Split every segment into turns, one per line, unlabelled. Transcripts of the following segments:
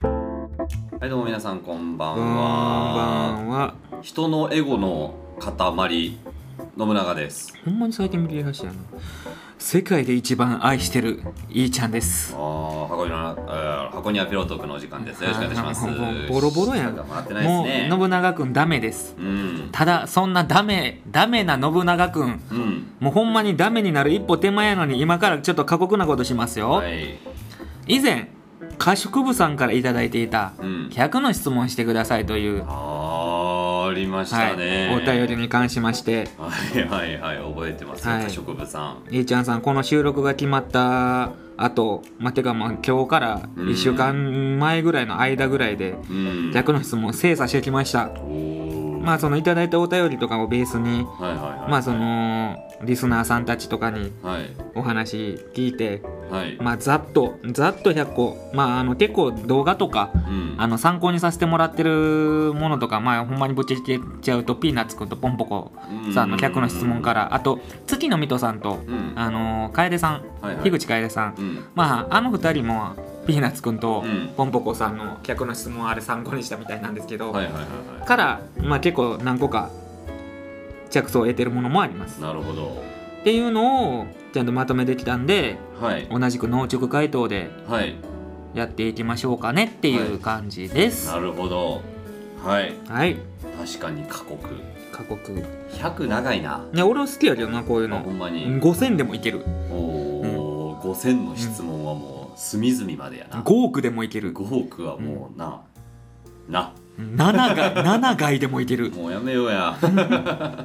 はいどうも皆さんこんばん
こんば
は
んは。
人のエゴの塊信長です
ほんまに最近見切り発車やな。世界で一番愛してるいいちゃんです。
あー箱庭のえー箱庭ピロートークのお時間ですよろしくお願いします
あーボロボロやん
もらってない
もう
ですね
信長くんダメです。
うん
ただそんなダメダメな信長くん。
うん
もうほんまにダメになる一歩手前やのに今からちょっと過酷なことしますよ、
はい
以前褐色部さんから頂いていた
うん
100の質問してくださいという、
あーありましたね、
はい、お便りに関しまして
はいはいはい覚えてます
はい
よ植物さん
いいちゃんさんこの収録が決まったあと、まあ、てかまあ今日から1週間前ぐらいの間ぐらいで
うん
100の質問を精査してきました
おー
まあそのいただいたお便りとかをベースに
はいはいはい
まあそのリスナーさんたちとかに
はい
お話聞いて
はい、
まあざっとざっと100個まああの結構動画とか
うん
あの参考にさせてもらってるものとかまあほんまにぶっちゃけちゃうとピーナッツくんとポンポコさんの100の質問からあと月の水戸さんと
うん
あの楓さん
はいはい
樋口楓さん
うん
まああの2人もピーナッツくんと
うん
ポンポコさんの100の質問をあれ参考にしたみたいなんですけど
はいはいはいは
から、まあ、結構何個か着想を得てるものもあります
いなるほど
っていうのをちゃんとまとめてきたんで
はい
同じく農直回答で
はい
やっていきましょうかねっていう感じです
な
はい、
るほどはい確かに過酷
過酷
100長いな、
ね俺は好きやけどなこういう
まあほ
の
んまに
5000でもいける
おおー、5000の質問はもう隅々までやな
5億でもいける
5億はもうな、な
7が7外でもいける
もうやめようや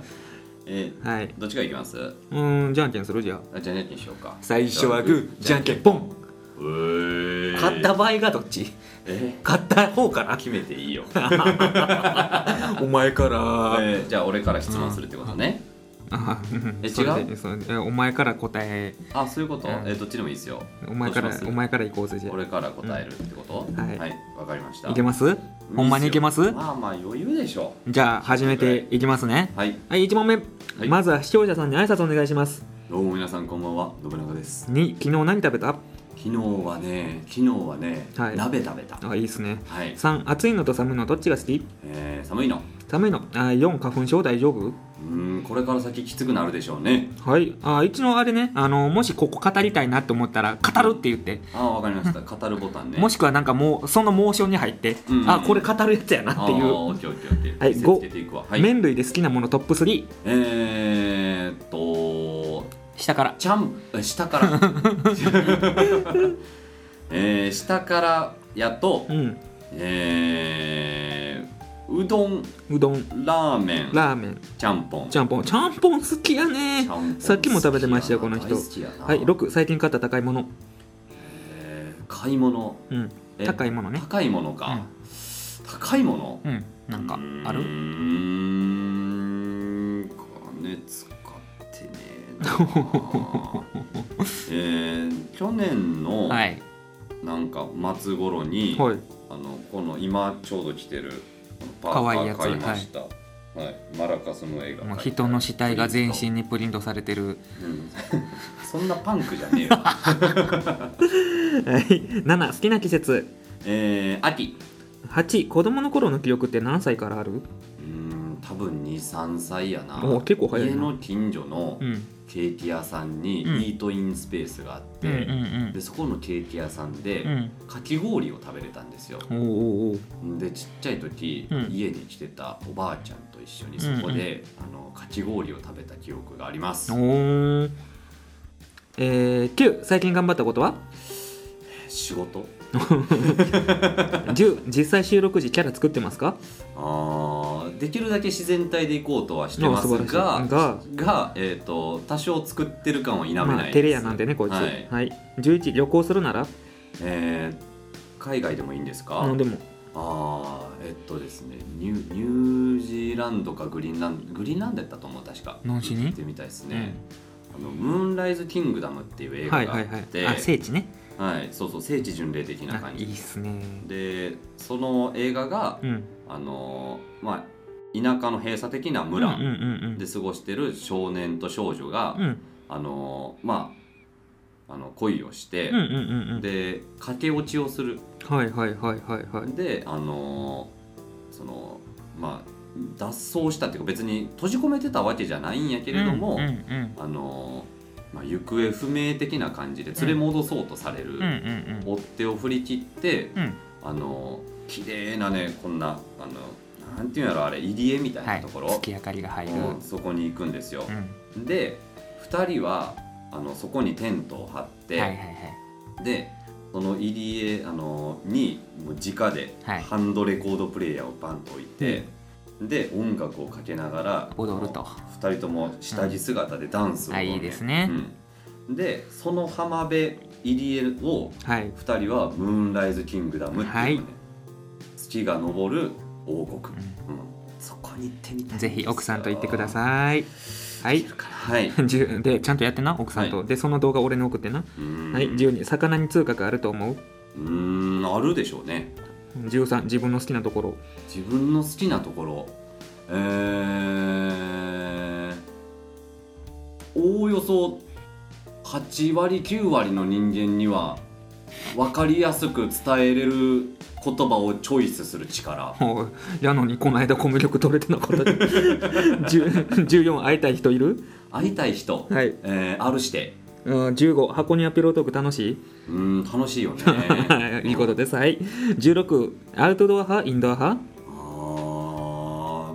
え
はい
どっちからいきます
うーんじゃんけんするじゃあ
あじゃあねにしようか
最初はグーじゃんけんポン
うー
勝った場合がどっち
え
勝った方から
決めていいよ、
お前から
えーじゃあ俺から質問するってことね、
あうん
え
それで
違
それでえお前から答え
あそういうこと、
うん
えーどっちでもいいですよ
お前か
ど
ら
うします
お前から行こうぜじゃ
俺から答えるってこと、
んはい
はいわかりました
あいけますほんまにいけます
いいっよまあまあ余裕でしょ
じゃあ始めていきますね
はい
はい1問目、
い
まずは視聴者さんに挨拶お願いします
どうも皆さんこんばんは信長です
2昨日何食べた
昨日はね昨日はね、
はい
鍋食べた
あいいっすね
はい、
3暑いのと寒いのどっちが好き
えー寒いの
寒いのあ4花粉症大丈夫
うーんこれから先きつくなるでしょうね
はいあ一応あれねあのもしここ語りたいなと思ったら語るって言って、
あわかりま した語るボタンね
もしくはなんかもうそのモーションに入って、
うん
あこれ語るやつやな
あ
っ
ー
ていう、
オッケーオッケーオッケー
はい
見せ
ご
つけていくわはい
麺類で好きなものトップ3
えーっと
下から
ちゃんえ下から えー下からやと
うん
えーうどん
うどん
ラーメン
ラーメン
ちゃんぽん
ちゃんぽんちゃんぽん好きやね
ちゃんぽん
さっきも食べてましたよ
好きやな
この人
大好きやな
はい、6最近買った高いもの、
えー買い物
うん、
え
高いものね
高いものか、高いもの
うんなんかあ
う
る
ーん金使ってねえ なえー去年の
はい
なんか末頃に、
はい
あのこの今ちょうど着てるこのパ
かわいい
ー
やつ
カー買いましたはい、マラカスの映画
もう人の死体が全身にプリントされてる
うん、 そんなパンクじゃ ねえわ
はい7好きな季節
えー、秋
8子供の頃の記憶って何歳からある
うーん多分23歳やな
お結構早いな
家の近所の
うん
ケーキ屋さんにイー
うん
トインスペースがあっ
う
て、
んうん
でそこのケーキ屋さんで、
うんうん
かき氷を食べれたんですよ
おおおう
でちっちゃい時、
うん
家に来てたおばあちゃんと一緒にそこで、あのかき氷を食べた記憶があります
おうおうえー、9最近頑張ったこ とは
仕事
10実際収録時キャラ作ってますか
あーできるだけ自然体でいこうとはしてます
お素晴らし
が
いが
が、えー、と多少作ってる感は否めないです、
まあ、照れ屋なんでねこいつ
は
はいい、11旅行するなら
えー海外でもいいんですか、
うんでも
あーえっとですねニュニュージーランドかグリーンランドグリーンランドやったと思う確か
何しに
行ってみたいですね、あのムーンライズ・キングダムっていう映
は
画
い
があ
は
っ
いは
て、
いあ聖地ね
はいそうそう聖地巡礼的な
あ
感
い
じ
いっすね
でその映画が、
うん
あのーまあ田舎の閉鎖的な村
うんうんうんうん
で過ごしてる少年と少女が、
うん
あのーまああの恋をして、
うんうんうんうん
で駆け落ちをする
はいはいはいはいはい
であのーそのまあ脱走したっていうか別に閉じ込めてたわけじゃないんやけれども、
うんうん
あのーまあ、行方不明的な感じで連れ戻そうとされる、
うんうんうん
追っ手を振り切って、
うん
あのー綺麗なねこんなあのなんていうんやろあれ入り江みたい
は
ないところ、
月明かりが入るうん
うんそこに行くんですよ、で2人はあのそこにテントを張って、
はいはいはい
でその入り江あのにもう直で
はい
ハンドレコードプレイヤーをバンと置いて、で音楽をかけながら
踊ると
2人とも下着姿でダンスを、
うんあいいですね
うんでその浜辺入り江を
はい
2人は「ムーンライズ・キングダム」っていう、ね
はい
月が昇る王国、
う
うんそこに行ってみたい
ぜひ奥さんと行ってくだ
い
さいは
はい
い
はい、
じゅでちゃんとやってな奥さんと、
は
でその動画俺に送ってな、
うん
はい12魚に通覚あると思う
うーんあるでしょうね
13自分の好きなところ
自分の好きなところえーおおよそ8割9割の人間には分かりやすく伝えれる言葉をチョイスする力
おうやのにこの間コミュ力取れてなかった 10 14会いたい人いる
会いたい人、
はい、
えーあるして
うん、15箱庭ピロートーク楽しい、
うーん楽しいよね
いいことですはい16アウトドア派インドア派
あ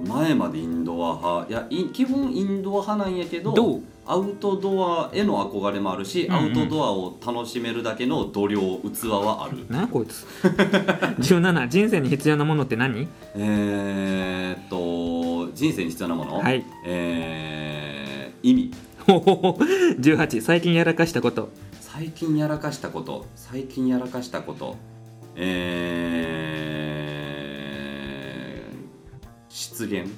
ー前までインドア派いやい基本インドア派なんやけど
どう
アウトドアへの憧れもあるし、
うんうん
アウトドアを楽しめるだけの度量器はある
なあこいつ 17人生に必要なものって何
えー、っと人生に必要なもの、
はい
えー、意味
ほほほ18最近やらかしたこと
最近やらかしたこと最近やらかしたことえー、失言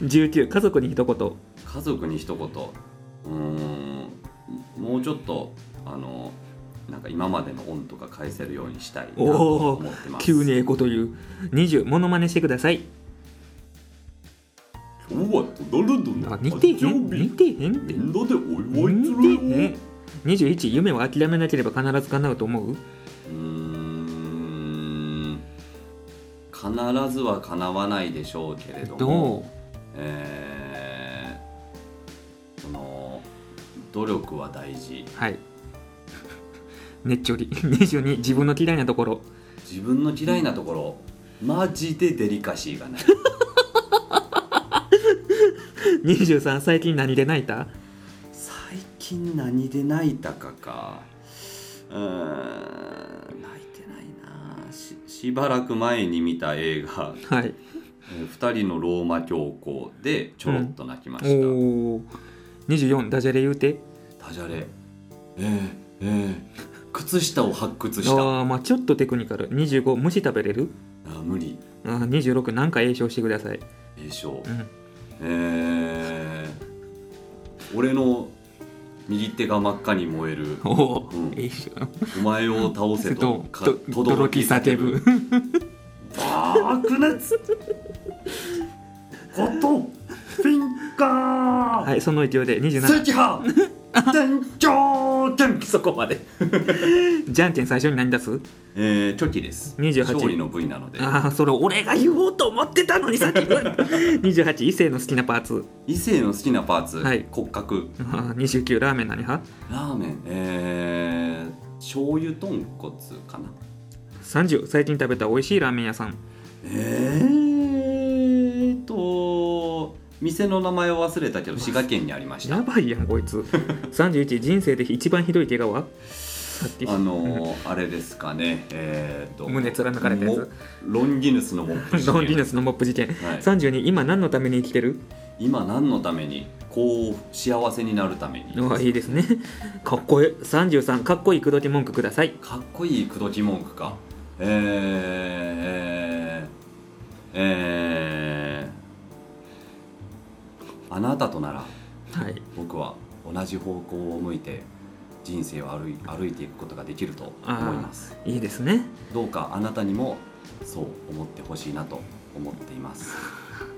19家族に一言
家族に一言うーんもうちょっとあのなんか今までの恩とか返せるようにしたいなと思ってます
急にええこと言う20モノマネしてください
今日はトナルドの
あ似てへん似てへんって
みんなでお祝いする
似
よ
てへん21夢を諦めなければ必ず叶うと思う
うーん必ずは叶わないでしょうけれども
ど
えーその努力は大事
うはいねっちょり22自 分の嫌いなところ
自分の嫌いなところマジでデリカシーがない
23最近何で泣いた
最近何で泣いたかかうーん泣いてないなししばらく前に見た映画
はい
えー二人のローマ教皇でちょろっと泣きま
お
した、
お24ダジャレ言うて
ダジャレえー、えー靴下を発掘したあ
ああまあちょっとテクニカル25虫食べれる
ー無理
あー26なんか栄唱してください、
栄唱
うん、
えー、俺の右手が真っ赤に燃える
おお
うん
栄唱
お前を倒せと か
と驚きさてぶ
バークネツことフィンカー
はいその勢いで27
赤波天頂天
そこまでじゃんけん最初に何出す
えー、チョキです
28
勝利の部位なので
ああそれ俺が言おうと思ってたのにさっき 28異性の好きなパーツ
異性の好きなパーツ、
はい
骨格
あー29ラーメン何派
ラーメンえー、醤油豚骨かな
30最近食べた美味しいラーメン屋さん
えーと店の名前を忘れたけど滋賀県にありました
やばいやんこいつ31人生で一番ひどい怪我はさっき
あのー、あれですかねえー、と
胸貫かれたやつ
モロンギヌスのモ ップ事件
ロンギヌスのモップ事件
はい、
32今何のために生きてる
今何のためにこう幸せになるために
のはいいですねかっこいい33かっこいい口説き文句ください
かっこいい口説き文句かえー、えー、えー、あなたとなら
はい
僕は同じ方向を向いて人生を歩い歩いていくことができると思います
いいですね
どうかあなたにもそう思ってほしいなと思っています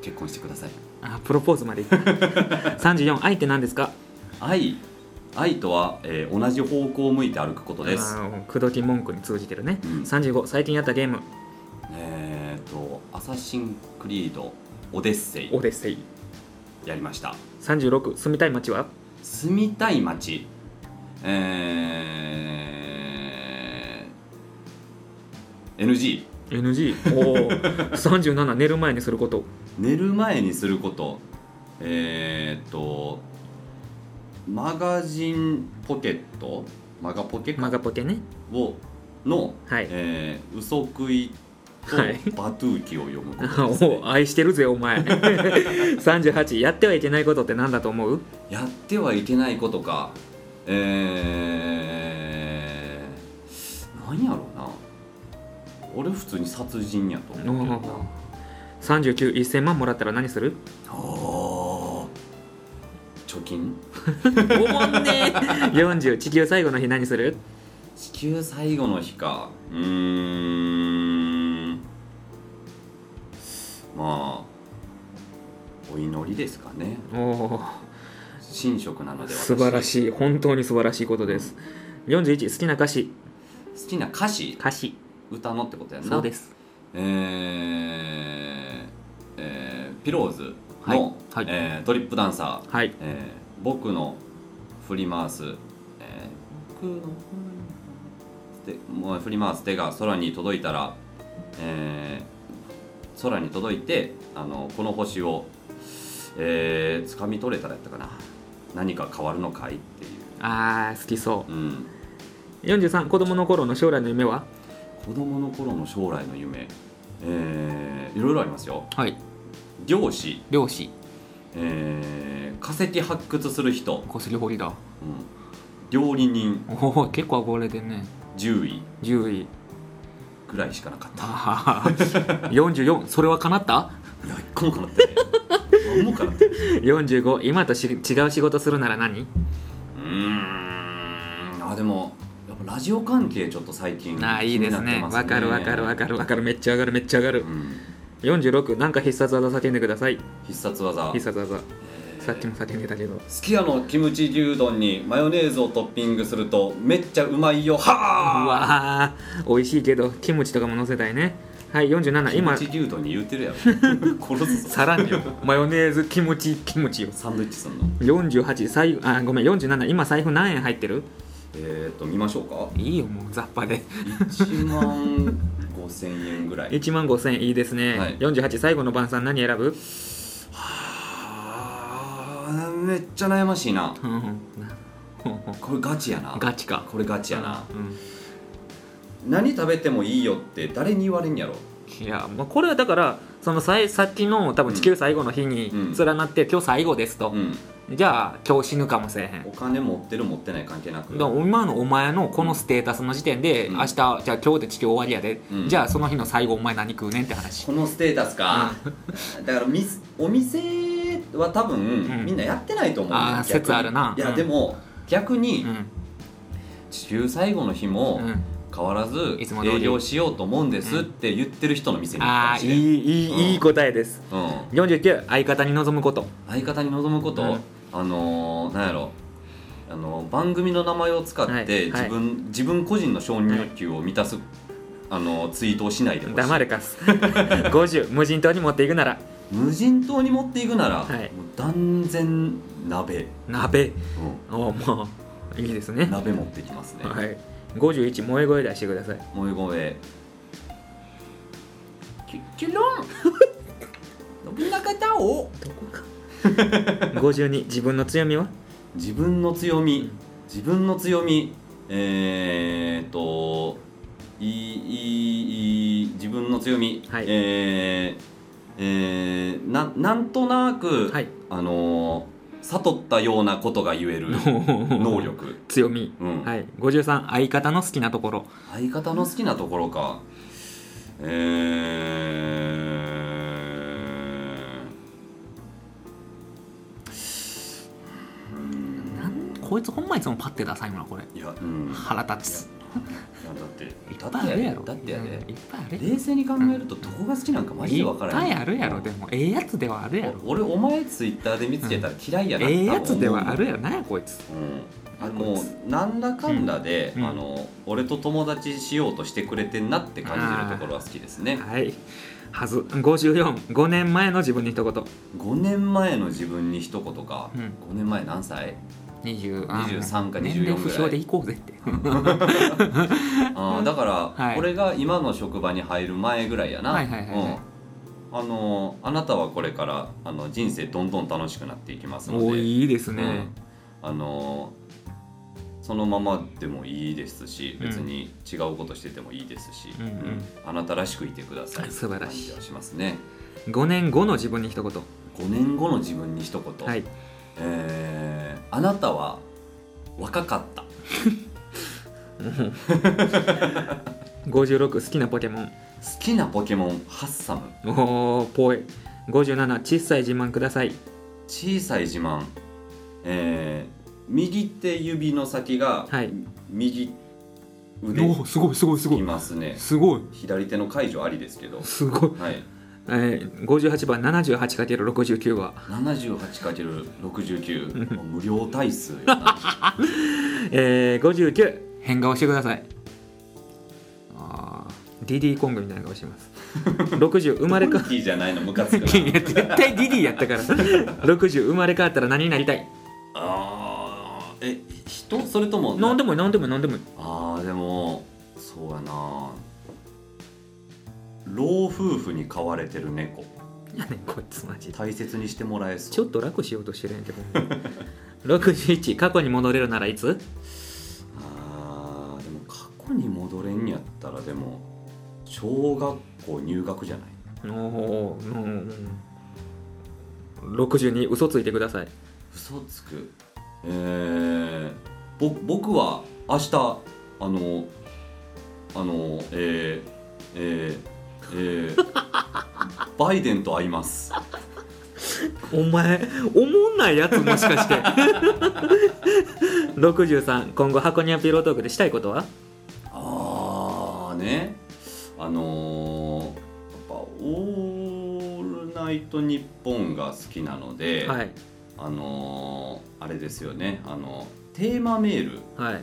結婚してください
あプロポーズまでいった34愛って何ですか
愛愛とは、えー同じ方向を向いて歩くことです
あー口説き文句に通じてるね、
うん
35最近やったゲーム
えっ、と「アサシンクリードオデッセイ
オデッセイ」
やりました
36住みたい街は
住みたい街えー NG
NG おお 37寝る前にすること
寝る前にすることえー、っとマガジンポケットマガポケか
マガポケね
をの、
はい
えー嘘食いと
はい
バトゥーキを読むこ
あ
と
お
ですね、
ー愛してるぜお 前38やってはいけないことって何だと思う
やってはいけないことかえー、何やろうな俺普通に殺人やと思ってるな
391,000万もらったら何する
あー貯金
おもんね40地 球最後の日何する
地球最後の日かうーんまあお祈りですかね
おお
神職なので
素晴ら
い
しい本当に素晴らしいことです41好きな歌詞
好きな歌詞
歌詞
歌のってことやんな
そうですす
えーえーピローズ
はい
の、
はい
えードリップダンサー、
はい
えー僕の振り回す、えー僕の振り回すでもう振り回す手が空に届いたら、えー空に届いてあのこの星を、えー、掴み取れたらやったかな何か変わるのかいってい、
あー好きそう
うん、
う43子供の頃の将来の夢は
子供の頃の将来の夢、えーいろいろありますよ
はい
漁師、
漁師
えー化石発掘する人、
こすり掘りだ
うん料理人
おお結構憧れてんね
10位
10位
ぐらいしかなかった
あー44それは叶った
いや、一個もかなってない。何もかなってない。う
45今とし違う仕事するなら何
ーん。あ、でも、やっぱラジオ関係ちょっと最近
ああいいですねわかるわかるわ
か
かるわかるめっちゃ上がるめっちゃ上が
う
る
ん。
46なんか必殺技叫んでください
必殺技。
必殺技
えー
さっきも叫んでたけど
すき家のキムチ牛丼にマヨネーズをトッピングするとめっちゃうまいよ
う
は
わー美味しいけどキムチとかも乗せたいねはい
あ
47
キム
今
チ牛丼に言うて るやろ殺すぞ
さらによマヨネーズキムチキムチよ
サンドイッチすんの
48財布あごめん47今財布何円入ってる
えー、っと見ましょうか
いいよもう雑把で
1万5000円ぐらい
1万5000円いいですね、
はい
48最後の晩餐何選ぶ
はあめっちゃ悩ましいなこ れガチやな
ガチか
これガチやな、
う
何食べてもいいよって誰に言われんやろ
んいや、まあ、これはだからそのさいさっきの多分地球最後の日に
うん
連なって、今日最後ですと
う、ん
じゃあ今日死ぬかもしれへん
お金持ってる持ってない関係なく
だから今のお前のこのステータスの時点で、
うん
明日じゃあ今日で地球終わりやで、
うん
じゃあその日の最後お前何食うねんって話
このステータスか、だからみお店は多分、
うん
みんなやってないと思うね
あー
逆に
説あるない
や、
うん
でも逆に、
う
地球最後の日も
ん、うん、
変わらず
いつも通り
営業しようと思うんですって言ってる人の店に行った
あ
かも
あい
しれん
いい
う
い、
ん
いい答えです
うん、
49相方に望むこと
相方に望むこと、
うん
あのー、なんやろあのー番組の名前を使って、
はい
自分自分個人の承認欲求を満たす、あのーツイートをしないでほしい
黙れかす50無人島に持っていくなら
無人島に持っていくなら、
はい
もう断然鍋、
鍋
う
おおもういいですね
ん、鍋持ってきますね、
はい51萌え声出してください
もう一個でキュ キュロン信長だお
どこか52自分の強みは
自分の強み自分の強みえー、っといいいいいい自分の強み、
はい
えーえーななんとなく、
はい
あのー悟ったようなことが言え る能力、
強み、
うん
はい53相方の好きなところ
相方の好きなところかえー
なんこいつほんまいつもパッて出さんよなこれ
いやうん
腹立つ
やだって
いっぱいあるやろ
だってやで
うんいっぱいある
冷静に考えるとどこが好きなんかマジで分からへん
いっぱいあるやろでもええやつではあるやろ
お俺お前ツイッターで見つけたら嫌いやな、
ええやつではある
や
やろなんやこいつ
うん、あもうなんだかんだで、
うん
あの俺と友達しようとしてくれてんなって感じるところは好きですね
はいはず545年前の自分に一言
5年前の自分に一言か、
うん
5年前何 歳
20あ
23か24
年齢不
ぐら
詳
い
で行こうぜって
あーだから、
はい
俺が今の職場に入る前ぐらいやな、
はいはいはいはい
うんあのあなたはこれからあの人生どんどん楽しくなっていきますので
おいいですね、
うんあのそのままでもいいですし
うん
別に違うことしててもいいですし、
うんうん
あなたらしくいてください
素晴らし
っ
い
て感じはしますね
5年後の自分に一言
5年後の自分に一言、
はい
えーあなたは若かった
56好きなポケモン
好きなポケモンハッサム
おおぽい57小さい自慢ください
小さい自慢、えー右手指の先が
はい
右腕に
すごいすごいす
きますね、
すごい
左手の解除ありですけど、
すごい、
はい、
えー、58番 78×69 は
78×69 もう無料体数や な
えー、59変顔してくださいあーディディコングみたいな顔してます60生まれ
ル
か
ッキーじゃないのムカつくない
や絶対ディディやったから60生まれ変わったら何になりたい
あーえ人それとも
何でもいい何でもいい何でもいい
あーでもそうやな老夫婦に飼われてる猫
いやねんこいつマジで
大切にしてもらえそう
ちょっと楽しようとしてるんやけど 61過去に戻れるならいつ
あーでも過去に戻れんやったらでも小学校入学じゃない
おーおーうんうん62嘘ついてください
嘘つくえー、ぼ僕は明日あのあのえー、えー、え ーバイデンと会います
お前おもんないやつもしかして 63今後箱庭ピロートークでしたいことは
ああねあのー、やっぱ「オールナイトニッポン」が好きなので、
はい
あのー、あれですよねあのテーマメール、
はい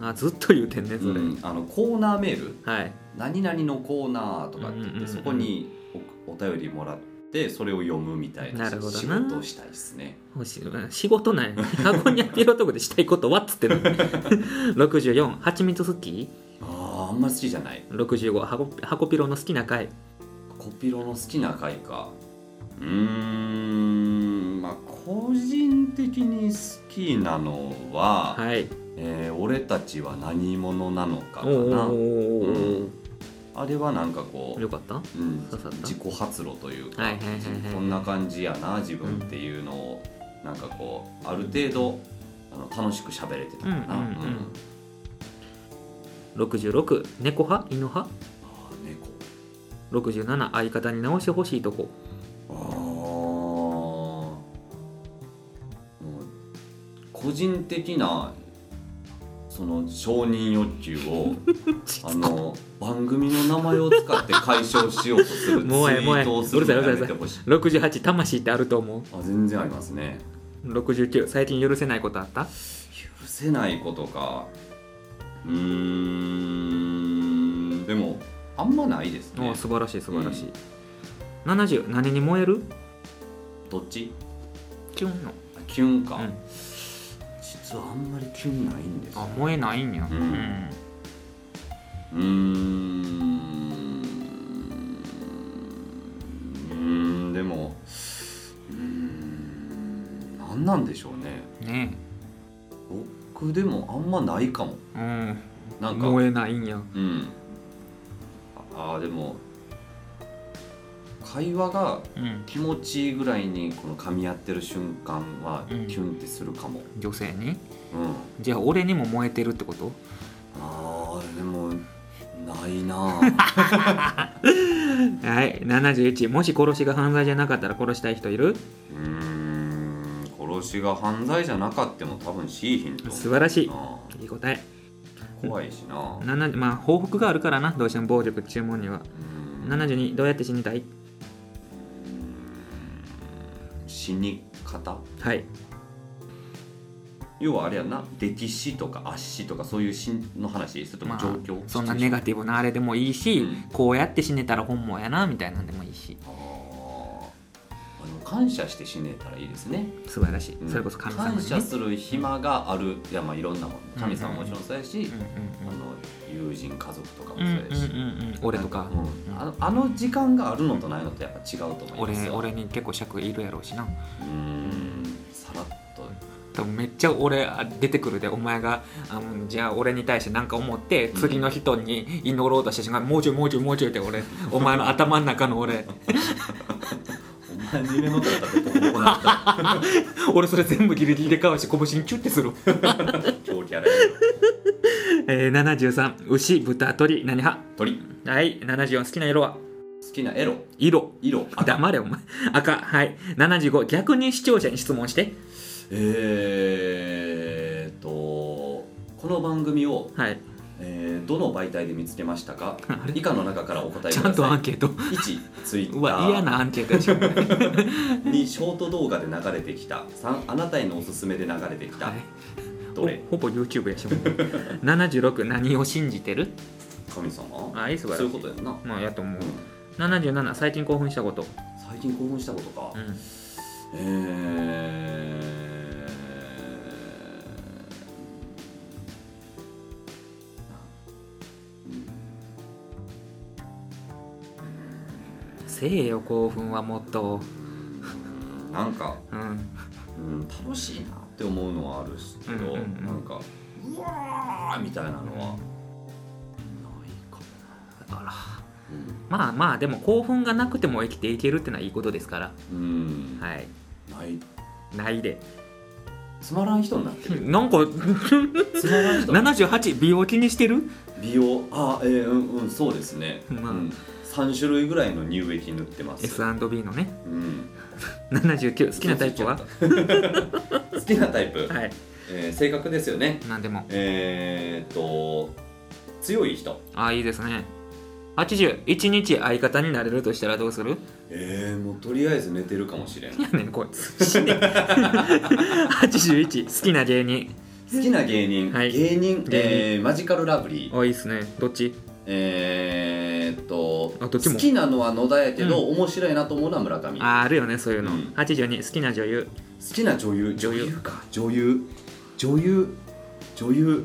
あずっと言うてんねそれ、
うんあのコーナーメール
はい
何々のコーナーとかって言っ
うんうんうんう
て
ん
そこにおお便りもらってそれを読むみたいな
なるほどな
仕事をしたいですね
もうし仕事なんや箱庭ピロートークでしたいことはっつってんの 64蜂蜜好き
あーあんま好きじゃない
65箱箱ピロの好きな回
コピロの好きな回かうーんまあ個人的に好きなのは、
はい
えー俺たちは何者なのか」か
おー
な
おーおーお
あれはなんかこ
ー
う
よかった
うん
刺さった
自己発露というか、
はいはいはいはい
こんな感じやな自分っていうのを、なんかこうある程度あの楽しく喋れてたかな、
うんうんうん66猫派犬派
あー猫
67相方に直してほしいとこ
あーもう個人的なその承認欲求 をあの番組の名前を使って解消しようとするツイ
もうええもうええ
ートをするのやめてほしい
68魂ってあると思
あ全然ありますね
う69最近許せないことあった
許せないことかうーんでもあんまないです
お
ね
ー素晴らしい素晴らしい、70何に燃える
どっち
キュンの、
あキュンか、
うん、
実はあんまりキュンないんですよ
あ燃えないんや、
うん
うん
うーんうーんでもうーん何なんでしょうね
ね
僕でもあんまないかも
えうん
なんか
燃えないんや
うんああーでも会話が
うん
気持ちいいぐらいにこの噛み合ってる瞬間はキ
うん
ュンってするかも、
女性に
うん
じゃあ俺にも燃えてるってこと
あーでもないなあ
はい71もし殺しが犯罪じゃなかったら殺したい人いる
うーん殺しが犯罪じゃなかっても多分しいひんと思う
素晴らしい
ない
い答え
怖いしな
7まあ報復があるからなどうしても暴力注文には
うん
72どうやって死にたい
死に方
はい
要はあれやんな溺死とか圧死とかそういう死の話するとも
まあ
状況、
そんなネガティブなあれでもいいし、
うん
こうやって死ねたら本望やなみたいなんでもいいし
あーあの感謝して死ねたらいいですね、
素晴らしい、
うん
それこそ神様
感
にね
謝する暇があるいやまあいろんなもの神様ももちろんそうやし、
うん
あの友人家族とかも
う
そうん
うん
やし、
うんうんうんうん俺とか
うんあのあの時間があるのとないのとやっぱ違うと思いま
俺
すよ
俺に結構尺いるやろうしな
うーんさらっと
多分めっちゃ俺あ出てくるでお前があのじゃあ俺に対して何か思って次の人に祈ろうとした瞬間、もうちょいもうちょいもうちょいって俺お前の頭の中の俺
お前の夢の中でボコボコなった
俺それ全部ギリギリでかわして拳にチュッてする、
超キャラや
えー、73牛豚鳥何派
鳥
はい74好きな色は
好きなエロ
色
色
黙れお前赤はい75逆に視聴者に質問して
えーっとこの番組を、
はい
えーどの媒体で見つけましたか
あれ
以下の中からお答え
ち
く
ゃ
だ
んとア
さ
ンケート
い1ツイッ
う
タ
わ嫌
ー
なアンケート でしょ、は
2ショート動画で流れてきた3あなたへのおすすめで流れてきた、
い
どれ
ほほぼ YouTube やしもう76何を信じてる
神様
あいい素晴らし
そ
いう
いうことやんな、
まあやと思う
うん
77最近興奮したこと、
最近興奮したことか、
うん、
え
せえよ興奮はもっと、
ー、なんか、
うん、
うん、楽しいなって思うのはあるしけど、
うんうんうん
なんかうわーみたいなのはないか
あら
な
まあまあでも興奮がなくても生きていけるってのはいいことですから
うん、うん
はい
ない
ないで
つまらん人にな ってる
なんか
つまらん人
78美容気にしてる
美容あえー、うんうんそうですね、
まあ
うん、3種類ぐらいの乳液塗ってます、
S&B のね
うん、
79好きなタイプ は
好きなタイプ、
はい
えー性格ですよね
何でも
えー、っと強い人
ああいいですね81日相方になれるとしたらどうする
えー、もうとりあえず寝てるかもしれん
いやねんこいつ死 ね81好きな芸人
好きな芸人、
はい
芸人
芸人
えーマジカルラブリー
あいいっすねどっち
えー、っと
あど
好
っちも
きなのは野田やけど、面白いなと思うのは村上好
ああるよねそういうの、
うん
82好きな女優
きな女優
女優
か女優女優女優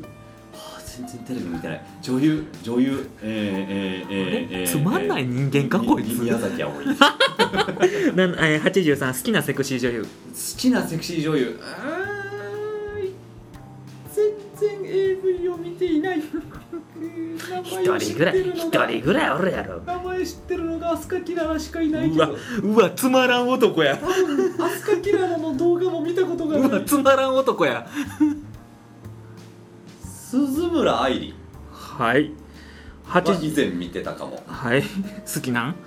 はあ全然テレビ見てない女優女優えー、えー、えー、えー、
つまんない人間かこいつ
み宮崎あおい好
なんえー83好きなセクシー女優
きなセクシー女優あー全然 AV を見ていない
一
一
人ぐらい一人ぐらいおるやろ
名前知ってるのがアスカキララしかいな
うわうわつまらん男や
多分アスカキララの動画も見たこと
うわつまらん男や
鈴村愛理
はい
は
80
以前見てたかも
はい好きなん好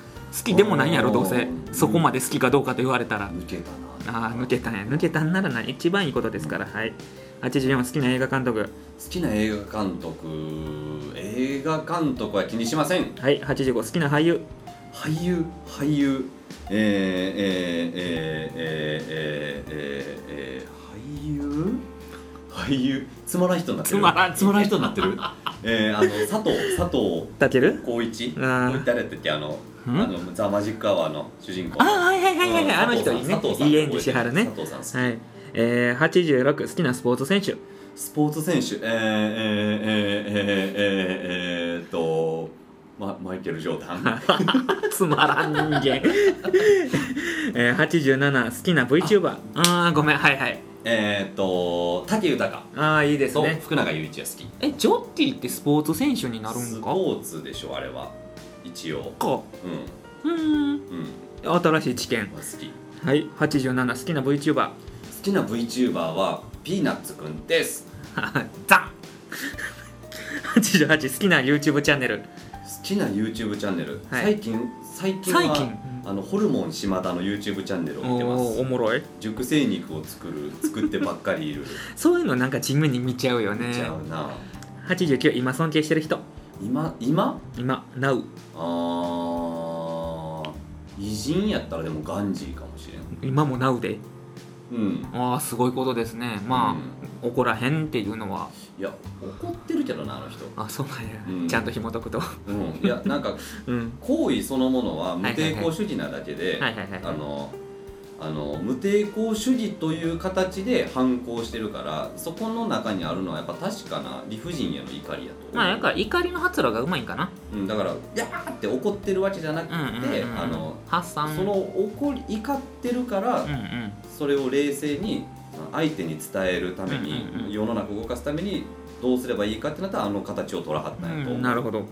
きでもないんやろどうせ
うん
そこまで好きかどうかと言われたら
抜けたな
あー抜けたんや抜けたんならな一番いいことですからはい84好きな映画監督
好きな映画監督映画監督は気にしません
はい85好きな俳優
俳優俳優えー、えー、えー、えー、えー、えー、えー、俳優俳優つまらん人になってる
つまらん
つまらん人になってるえー、あの佐藤佐藤
たける
光一
あー
これ誰だったっけあのあ
ん
のザ・マジック・アワーの主人公
あーはいはいはいはいはいあ
う
の
ん
人いいね
佐藤さん
いい演技しはるね
佐藤さんです
はいえー、86好きなスポーツ選手
スポーツ選手えー、えー、えー、えー、えー、えー、えー、っと、ま、マイケル・ジョーダン
つまらん人 間、えー、87好きな VTuber ああーごめんはいはい
えーっと武豊
ああいいです
と
ね
福永祐一が好き
えジョッキーってスポーツ選手になる
ス
んか
ポーツでしょあれは一応
か
う
うーん
んうん
新しい知見
好き好
はい87好きな VTuber
きな VTuber はピーナッツくんです
ザン88好きな YouTube チャンネル
好きな YouTube チャンネル、
はい
最近最近は
最近
あのホルモン島田の YouTube チャンネルを見てま
お
す
おもろい
熟成肉を作る作ってばっかりいる
そういうのなんかジムに見ちゃうよね
ちゃうな
89今尊敬してる人
今今
今 Now
あー偉人やったらでもガンジーかもしれん
今も Now で
うん
ああすごいことですねまあ、怒らへんっていうのはい
や怒ってるけどなあの人
あそうなんや、
うん
ちゃんと紐解くと
うんいやなんか
うん
行為そのものは無抵抗主義なだけで
はいはいはい
あのあの無抵抗主義という形で反抗してるからそこの中にあるのはやっぱ確かな理不尽への怒りやと思う
まあなんか怒りの発露がうまいんかな
うん、だから「やー!」って怒ってるわけじゃなくて、
うんうんうんうん
あの
発散
その怒り怒ってるから、
うんうん
それを冷静に相手に伝えるために、
うんうんうん
世の中を動かすためにどうすればいいかってなったらあの形を取らはったんやと思う、
うんなるほど
うん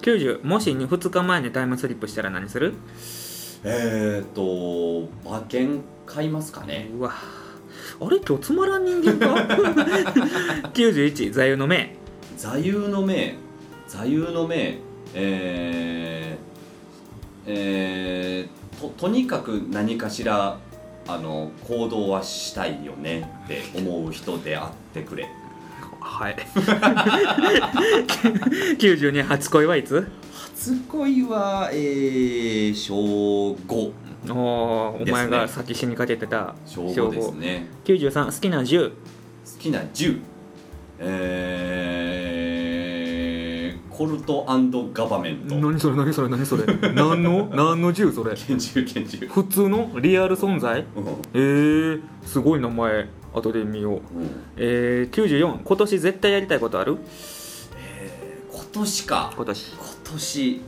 90もし2日前にタイムスリップしたら何する
えー、っと馬券買いますかね
うわあれ今日つまらん人間か 91座右の銘
座右の銘座右の銘えーえーととにかく何かしらあの行動はしたいよねって思う人であってくれ
はい 92初恋はいつ
初恋は、えー、小5
おーお前が
です
先死にかけてた
小5ですね
93好きな10
好きな銃えー、コルトガバメント
何それ何それ何それ何の何の10それ
拳銃拳銃
普通のリアル存在
うん、
えー、すごい名前後で見
う
よう
ん
えー、94今年絶対やりたいことある
えー、今年か
今年
今年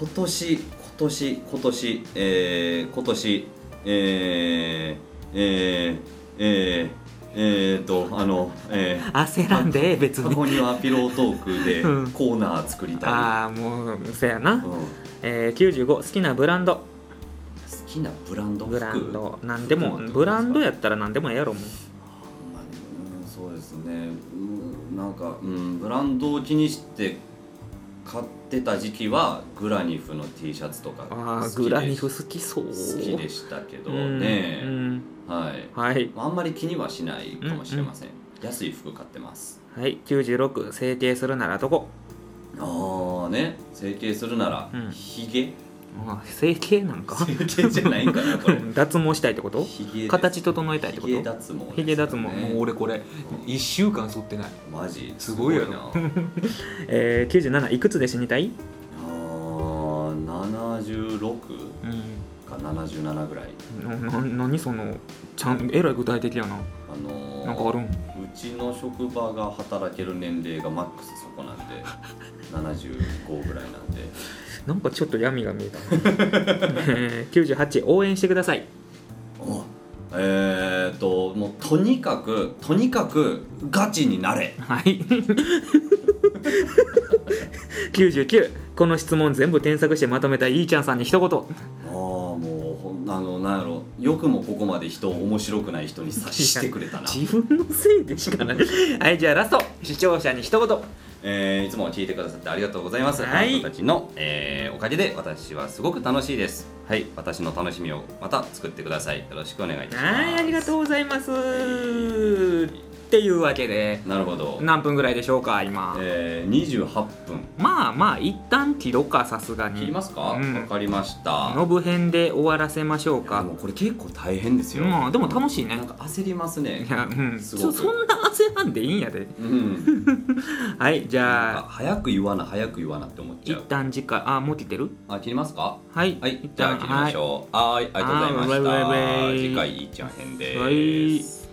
今年今年今年えー、今年えー、えー、えー、えー、とあのえー
焦らんでええ別
過
に
去にはピロートークで
うん
コーナー作りた
ああもうせや
い、
な
う、ん、好
えー、95好きなブランド
きなブランド服
ブランドなんで
服っ
も
てことですか
ブランドやったら何でもええやろもう
まあうんそうですねうんなんか、うん、ブランドを気にして買ってた時期はグラニフの T シャツとか
あ
好
あ
きで
グラニフ好きそう
好きでしたけど
うん
ね、
うん
はい
はい
あんまり気にはしないかもしれません、安い服買ってます
はい96整形するならどこ
ああね整形するなら
うん
ひげ、
あー整形なんか
整形じゃないんかなこれ
脱毛したいってこと
ひげです
形整えたいってこ
ひげ
と
脱毛ですね
ヒゲ脱毛もう俺これ1週間剃ってない
マジ
すごいやろ
な
えー、97いくつで死にたい
あー76
うん
か77ぐらい
なな何そのちゃんえらい具体的や
あ
な
のー
なんかあるん
うちの職場が働ける年齢がマックスそこ なんで75ぐらいなんで
なんかちょっと闇が見えた な、えー、98応援してください
おえー、ともうとにかくとにかくガチになれ
はい。99この質問全部添削してまとめたいいちゃんさんに一言
ああもうほんあのなんやろよくもここまで人を面白くない人に察してくれたな、
自分のせいでしかないはいじゃあラスト視聴者に一言
えーいつも聞いてくださってありがとうございます、
はい
あなたたちの、えーおかげで私はすごく楽しいですはい私の楽しみをまた作ってくださいよろしくお願いいたします
はいありがとうございますっていうわけで
なるほど、
何分ぐらいでしょうか今
えー、28分
まあまあ一旦切ろうかさすがに
切りますかわ、
うん
かりました
ノブ編で終わらせましょう
で
か
もこれ結構大変ですよ、
まあでも楽しいね
なんか焦りますね
いやうん
す
そ
ごく
そんな焦らんでいいんやで
うん
はいじ
なんか
ゃあ
早く言わな早く言わなって思っち
一
ゃう
旦次回あもう切ってる
あ切りますか
はい、
はいじゃあ切りまし
う。
ょうはーいありがとうございま
はいバイバイ
し
バ
た
イ
次回いいちゃん編です、
はい